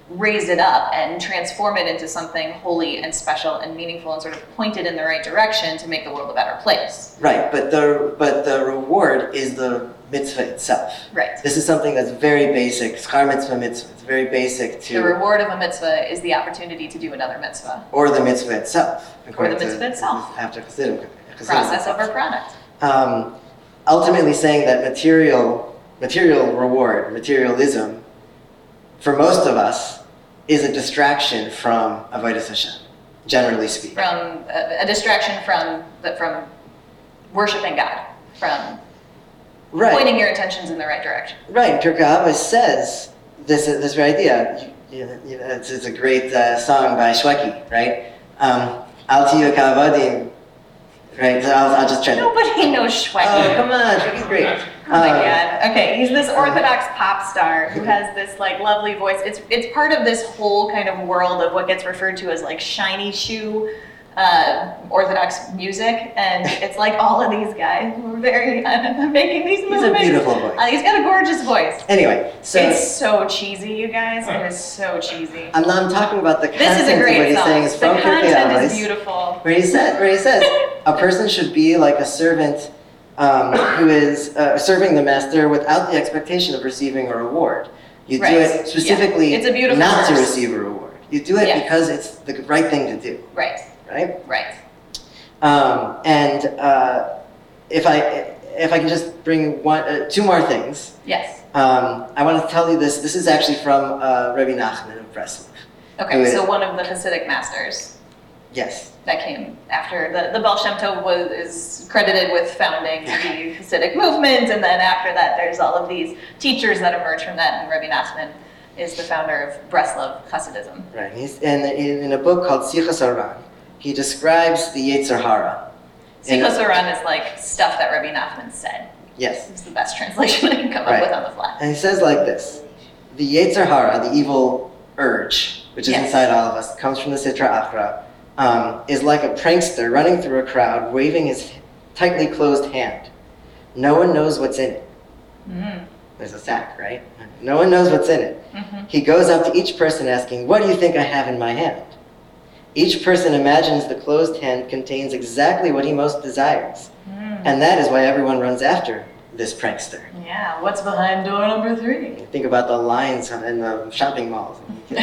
S1: raise it up and transform it into something holy and special and meaningful and sort of pointed in the right direction to make the world a better place.
S2: Right, but the but the reward is the mitzvah itself.
S1: Right.
S2: This is something that's very basic. Schar mitzvah mitzvah. It's very basic
S1: The
S2: to
S1: reward of a mitzvah is the opportunity to do another mitzvah.
S2: or the mitzvah itself. according to-
S1: mitzvah itself.
S2: After Hasidim. Hasidim.
S1: Process over product.
S2: Um, ultimately, saying that material material reward materialism for most of us is a distraction from avodas Hashem, generally speaking.
S1: from uh, a, a distraction from the, from worshiping God, from
S2: Right.
S1: pointing your intentions in the right direction.
S2: Right, Turkahava says this this very idea. You, you, you know, it's, it's a great uh, song by Shweki, right? Um, Al tiyu kavadim, right? So I'll, I'll just try to.
S1: Nobody knows Schweik.
S2: Oh, come on, Shweki's great.
S1: Oh my
S2: Uh,
S1: god. Okay, he's this orthodox pop star who has this like lovely voice. It's it's part of this whole kind of world of what gets referred to as like shiny shoe uh, orthodox music, and it's like all of these guys who are very uh, making these
S2: He's a
S1: movements.
S2: beautiful boy.
S1: Uh, he's got a gorgeous voice.
S2: Anyway, so
S1: it's so cheesy, you guys. It is so cheesy.
S2: I'm, I'm talking about the
S1: This
S2: content
S1: is a
S2: of what
S1: great
S2: he's
S1: song.
S2: saying is
S1: The
S2: from
S1: content is
S2: Kirkland
S1: beautiful.
S2: where he said, where he says, a person should be like a servant um, who is uh, serving the master without the expectation of receiving a reward. You do
S1: Right.
S2: it specifically
S1: Yeah. It's a beautiful
S2: not to
S1: verse.
S2: receive a reward. You do it
S1: Yeah.
S2: because it's the right thing to do,
S1: Right,
S2: right?
S1: right.
S2: Um, and uh, if I if I can just bring one uh, two more things.
S1: Yes.
S2: Um, I want to tell you this. This is actually from uh, Rabbi Nachman of Breslov.
S1: Okay,
S2: Good.
S1: so one of the Hasidic masters.
S2: Yes.
S1: that came after the, the Baal Shem Tov was is credited with founding the Hasidic movement, and then after that, there's all of these teachers that emerge from that, and Rabbi Nachman is the founder of Breslov Hasidism.
S2: Right. He's, and in, in a book called Sichas Aran, he describes the Yetzer Hara. And-
S1: Sikha Saran is like stuff that Rabbi Nachman said.
S2: Yes.
S1: It's the best translation I can come
S2: Right.
S1: up with on the fly.
S2: And he says like this: the Yetzer Hara, the evil urge, which is
S1: Yes.
S2: inside all of us, comes from the Sitra Achra, um, is like a prankster running through a crowd, waving his tightly closed hand. No one knows what's in it.
S1: Mm.
S2: There's a sack, right? No one knows what's in it.
S1: Mhm.
S2: He goes up to each person asking, What do you think I have in my hand? Each person imagines the closed hand contains exactly what he most desires,
S1: Mm.
S2: and that is why everyone runs after this prankster.
S1: Yeah, what's behind door number three?
S2: You Think about the lines in the shopping malls.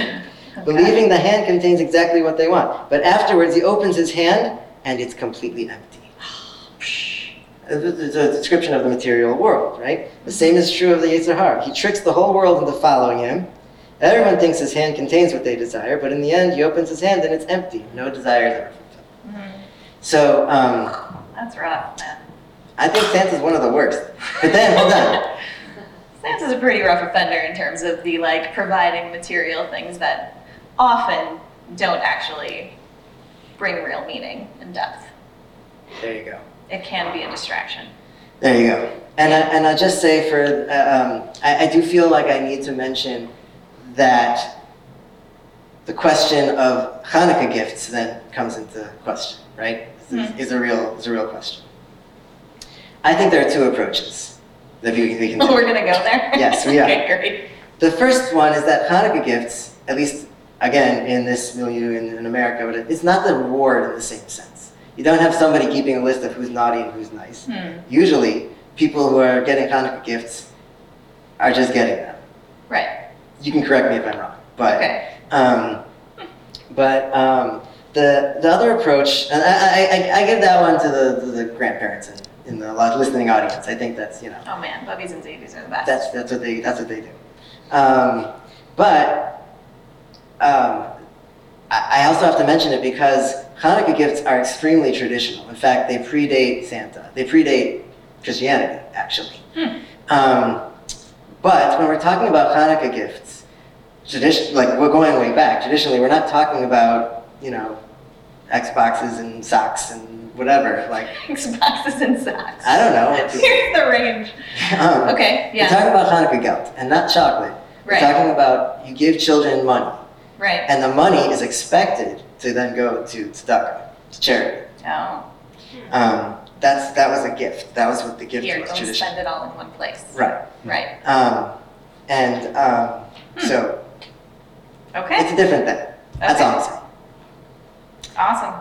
S1: Okay.
S2: Believing the hand contains exactly what they want, but afterwards he opens his hand and it's completely empty. It's a description of the material world, right? The same is true of the Yetzer Hara. He tricks the whole world into following him. Everyone thinks his hand contains what they desire, but in the end, he opens his hand and it's empty. No desires ever fulfilled.
S1: Mm.
S2: So um,
S1: That's rough, man.
S2: I think Santa's one of the worst. But then, hold on.
S1: Santa's a pretty rough offender in terms of the like providing material things that often don't actually bring real meaning and depth.
S2: There you go.
S1: It can be a distraction.
S2: There you go. And I, and I'll just say for uh, um, I, I do feel like I need to mention that the question of Hanukkah gifts then comes into question, right? Is, is a real is a real question. I think there are two approaches that we, we can take.
S1: We're gonna go there.
S2: Yes, we are.
S1: okay, great.
S2: The first one is that Hanukkah gifts, at least again in this milieu in, in America, but it's not the reward in the same sense. You don't have somebody keeping a list of who's naughty and who's nice.
S1: Hmm.
S2: Usually, people who are getting Hanukkah gifts are just getting them.
S1: Right.
S2: You can correct me if I'm wrong, but
S1: Okay.
S2: um, but um, the the other approach, and I, I, I, I give that one to the, to the grandparents and in the li- listening audience. I think that's you know
S1: Oh man, bubbies and zabies are the best.
S2: that's that's what they that's what they do. Um, but um, I, I also have to mention it because Hanukkah gifts are extremely traditional. In fact, they predate Santa. They predate Christianity, actually.
S1: Hmm.
S2: Um, but when we're talking about Hanukkah gifts, tradition like we're going way back. Traditionally, we're not talking about you know Xboxes and socks and whatever. Like
S1: Xboxes and socks.
S2: I don't know.
S1: Here's the range.
S2: Um,
S1: Okay.
S2: We're
S1: Yeah.
S2: talking about Hanukkah gelt and not chocolate.
S1: Right.
S2: We're talking about you give children money,
S1: Right.
S2: and the money is expected to then go to tzedakah, to charity.
S1: Oh,
S2: Um, that's that was a gift. That was what the gift
S1: here,
S2: was
S1: don't
S2: tradition.
S1: spend it all in one place.
S2: Right.
S1: Right.
S2: Um, and um, so it's
S1: Hmm. Okay.
S2: a different thing. That's
S1: Okay.
S2: all I'm saying.
S1: Awesome.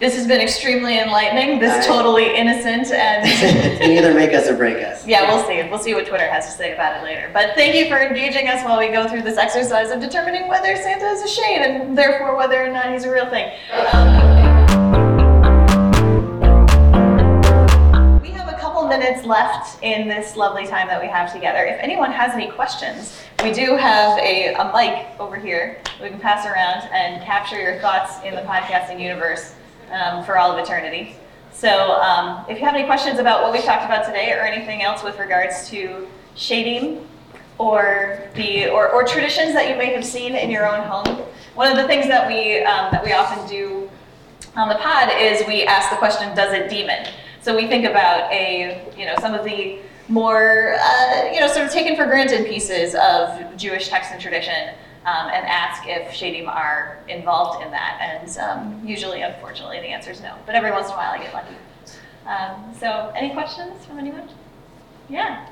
S1: This has been extremely enlightening. This
S2: I-
S1: totally innocent
S2: it can
S1: and
S2: either make us or break us.
S1: yeah, we'll see. We'll see what Twitter has to say about it later. But thank you for engaging us while we go through this exercise of determining whether Santa is a shade and therefore whether or not he's a real thing. We have a couple minutes left in this lovely time that we have together. If anyone has any questions, we do have a, a mic over here we can pass around and capture your thoughts in the podcasting universe um, for all of eternity. So um, if you have any questions about what we talked about today or anything else with regards to shading or the or, or traditions that you may have seen in your own home, one of the things that we um, that we often do on the pod is we ask the question, does it demon? So we think about a, you know, some of the more, uh, you know, sort of taken for granted pieces of Jewish text and tradition um, and ask if Shadim are involved in that. And um, usually, unfortunately, the answer is no. But every once in a while, I get lucky. Um, so, any questions from anyone? Yeah.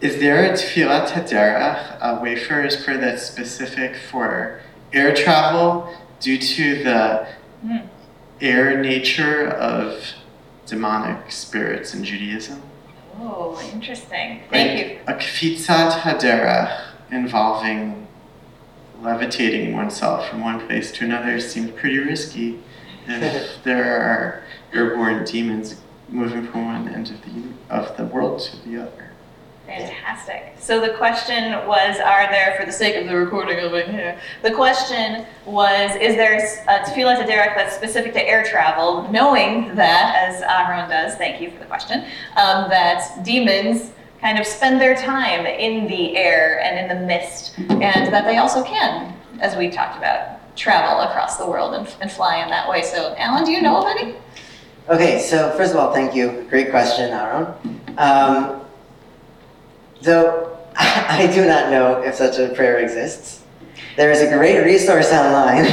S4: Is there a tefillat haderach, a wafer is prayer that's specific for air travel due to the
S1: Hmm.
S4: air nature of demonic spirits in Judaism?
S1: Oh, interesting.
S4: Right.
S1: Thank you.
S4: A kfitzat haderach involving levitating oneself from one place to another seems pretty risky if there are airborne demons moving from one end of the, uni- of the world to the other.
S1: Fantastic. So the question was, are there, for the sake of the recording of it here, the question was, is there a tefillah to derek that's specific to air travel, knowing that, as Aaron does, thank you for the question, um, that demons kind of spend their time in the air and in the mist, and that they also can, as we talked about, travel across the world and, and fly in that way. So, Alan, do you know of any?
S2: Okay, so first of all, thank you. Great question, Aaron. Um, though I do not know if such a prayer exists. There is a great resource online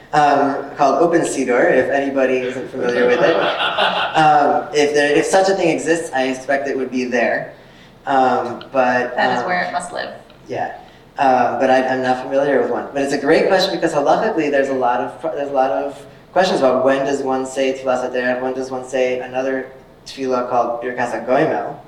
S2: um, called OpenCedar, if anybody isn't familiar with it. Um, if, there, if such a thing exists, I expect it would be there. Um, but
S1: That is
S2: um,
S1: where it must live.
S2: yeah, uh, but I, I'm not familiar with one. But it's a great question because halachically, there's a lot of there's a lot of questions about when does one say tefillah saderach, when does one say another tefillah called birkas hagoymel,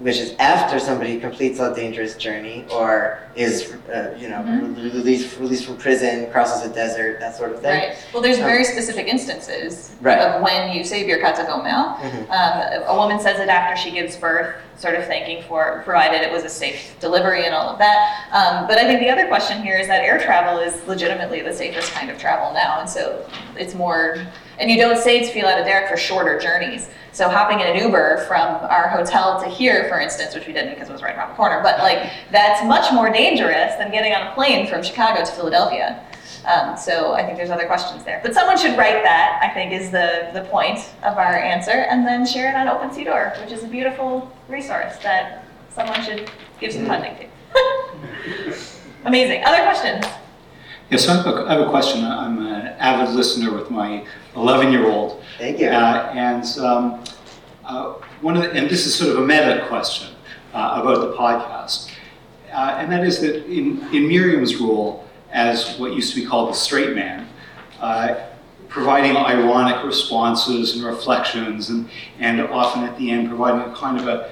S2: which is after somebody completes a dangerous journey or is uh, you know
S1: Mm-hmm.
S2: re- released released from prison, crosses a desert, that sort of thing.
S1: Right. Well, there's
S2: Um,
S1: very specific instances
S2: Right.
S1: of when you say Birkat HaGomel.
S2: Mhm.
S1: Um, a woman says it after she gives birth, sort of thanking for, provided it was a safe delivery and all of that. Um, but I think the other question here is that air travel is legitimately the safest kind of travel now. And so it's more, and you don't say it's out of Derek for shorter journeys. So hopping in an Uber from our hotel to here, for instance, which we didn't because it was right around the corner, but like that's much more dangerous than getting on a plane from Chicago to Philadelphia. Um, so I think there's other questions there. But someone should write that, I think, is the, the point of our answer, and then share it on OpenCDOR, which is a beautiful resource that someone should give some funding to. Amazing. Other questions?
S5: Yes, I have a, I have a question. I'm an avid listener with my 11 year old.
S2: Thank you.
S5: Uh, and um, uh, one of the, and this is sort of a meta question uh, about the podcast, uh, and that is that in, in Miriam's role as what used to be called the straight man, uh, providing ironic responses and reflections, and and often at the end providing a kind of a,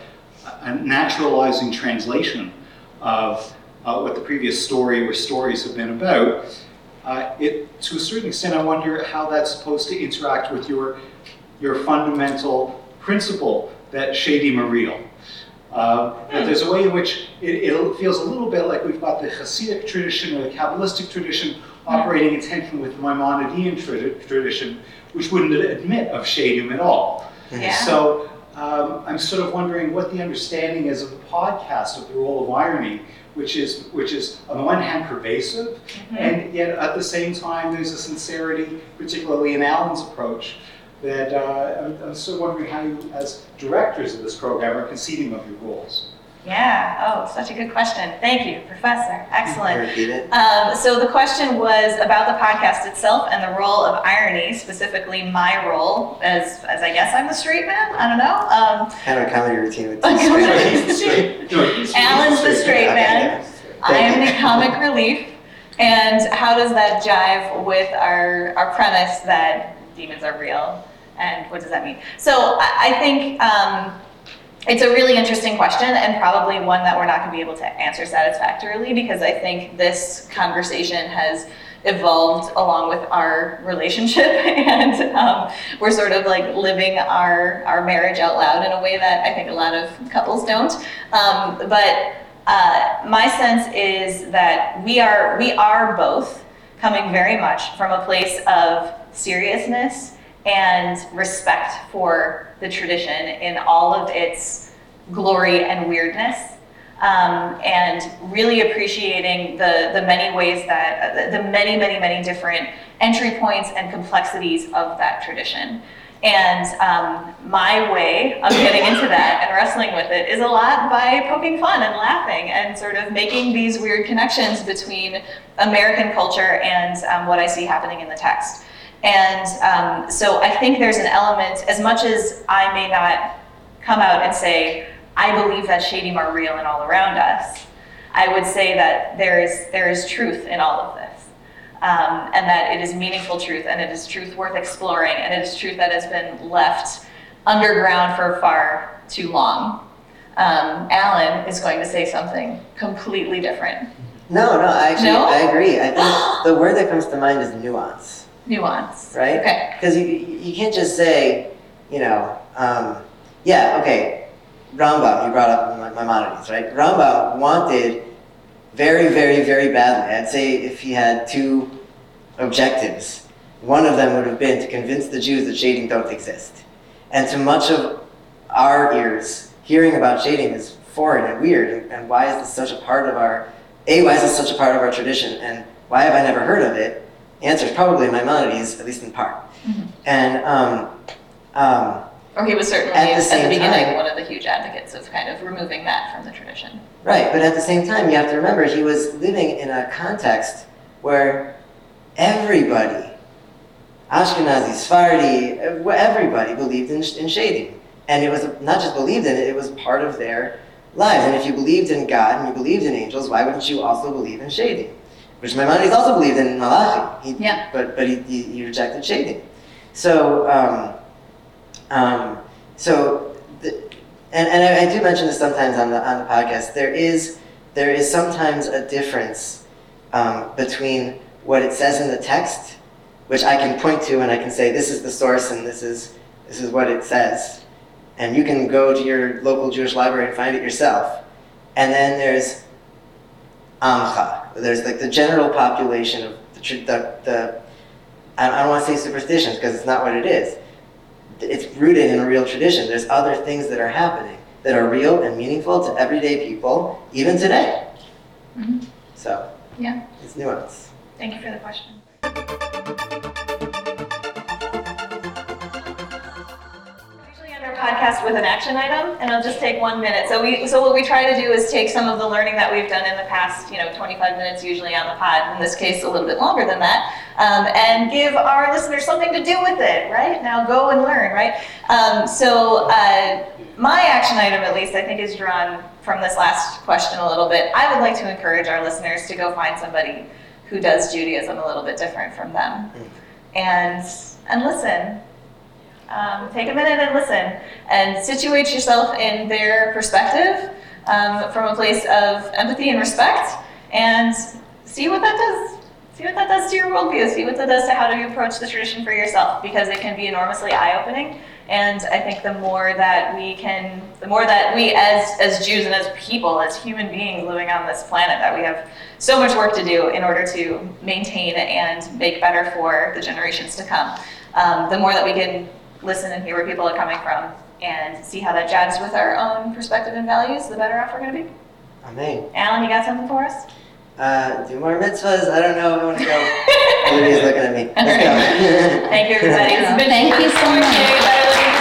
S5: a naturalizing translation of uh, what the previous story or stories have been about. Uh, it, to a certain extent, I wonder how that's supposed to interact with your your fundamental principle that shady are real. Uh, that there's a way in which it, it feels a little bit like we've got the Hasidic tradition or the Kabbalistic tradition operating in tension with the Maimonidean tradi- tradition, which wouldn't admit of shadim at all.
S1: Yeah.
S5: So um, I'm sort of wondering what the understanding is of the podcast of the role of irony, which is which is on the one hand pervasive,
S1: Mm-hmm.
S5: and yet at the same time there's a sincerity, particularly in Alan's approach, that uh, I'm, I'm sort of wondering how you, as directors of this program, are conceiving of your roles.
S1: Yeah. Oh, such a good question. Thank you, Professor.
S2: Can you
S1: Excellent.
S2: repeat it?
S1: Um, so the question was about the podcast itself and the role of irony, specifically my role as, as I guess I'm the straight man. I don't know. Um,
S2: Kind of a comedy routine with
S1: Like,
S2: these
S1: okay.
S2: straight- straight-
S1: Alan's the straight
S2: Okay,
S1: man.
S2: yeah.
S1: I am
S2: Thank
S1: the
S2: you.
S1: comic relief. And how does that jive with our, our premise that demons are real? And what does that mean? So I, I think um, it's a really interesting question and probably one that we're not going to be able to answer satisfactorily because I think this conversation has evolved along with our relationship and um, we're sort of like living our, our marriage out loud in a way that I think a lot of couples don't. Um, but uh, my sense is that we are we are both coming very much from a place of seriousness and respect for the tradition in all of its glory and weirdness um, and really appreciating the, the many ways that the, the many many many different entry points and complexities of that tradition And um, my way of getting into that and wrestling with it is a lot by poking fun and laughing and sort of making these weird connections between American culture and um, what I see happening in the text. And um, so I think there's an element, as much as I may not come out and say, I believe that Shadim are real and all around us, I would say that there is, there is truth in all of this. Um, and that it is meaningful truth and it is truth worth exploring and it is truth that has been left underground for far too long. Um, Alan is going to say something completely different.
S2: No, no, I actually,
S1: No?
S2: I agree. I think the word that comes to mind is nuance,
S1: Nuance.
S2: right?
S1: Okay.
S2: Because you, you can't just say, you know, um, yeah, okay, Rambam, you brought up Ma- Maimonides, right? Rambam wanted very, very, very badly, I'd say if he had two objectives, one of them would have been to convince the Jews that shading don't exist. And to much of our ears, hearing about shading is foreign and weird, and, and why is this such a part of our, A, why is this such a part of our tradition, and why have I never heard of it? The answer is probably Maimonides, at least in part. And um, um,
S1: Or he was certainly
S2: At the
S1: at the,
S2: same
S1: beginning
S2: time-
S1: one of the huge advocates of kind of removing that from the tradition.
S2: right, but at the same time, you have to remember he was living in a context where everybody, Ashkenazi, Sephardi, eh, everybody believed in, in shading. And it was not just believed in it, it was part of their lives. And if you believed in God and you believed in angels, why wouldn't you also believe in shading? Which Maimonides also believed in Malachi. He,
S1: Yeah.
S2: But, but he, he, he rejected shading. So, um, um, so the, and, and I, I do mention this sometimes on the, on the podcast, there is, there is sometimes a difference um, between what it says in the text, which I can point to and I can say, this is the source and this is, this is what it says, and you can go to your local Jewish library and find it yourself. And then there's Amcha. There's like the general population of the, tr- the, the I I don't want to say superstitions because it's not what it is. It's rooted in a real tradition. There's other things that are happening that are real and meaningful to everyday people, even today.
S1: Mhm.
S2: So,
S1: Yeah.
S2: it's nuance.
S1: Thank you for the question. Usually end our podcast with an action item, and I'll just take one minute. So we, so what we try to do is take some of the learning that we've done in the past, you know, 25 minutes usually on the pod, in this case a little bit longer than that, um, and give our listeners something to do with it, right? Now go and learn, right? Um, so uh, my action item, at least, I think is drawn from this last question a little bit. I would like to encourage our listeners to go find somebody who does Judaism a little bit different from them,
S2: Mm.
S1: and and listen. Um, take a minute and listen, and situate yourself in their perspective um, from a place of empathy and respect, and see what that does. See what that does to your worldview. See what that does to how do you approach the tradition for yourself, because it can be enormously eye-opening. And I think the more that we can, the more that we as as Jews and as people, as human beings living on this planet, that we have so much work to do in order to maintain and make better for the generations to come. Um, the more that we can listen and hear where people are coming from and see how that jibes with our own perspective and values, the better off we're going to be.
S2: Amen.
S1: Alan, you got something for us?
S2: Uh, do more mitzvahs? I don't know. I want to go. Olivia's looking at me. Let's go.
S1: Thank you, everybody. This has been
S6: Thank you so
S1: Better
S6: much.
S1: Living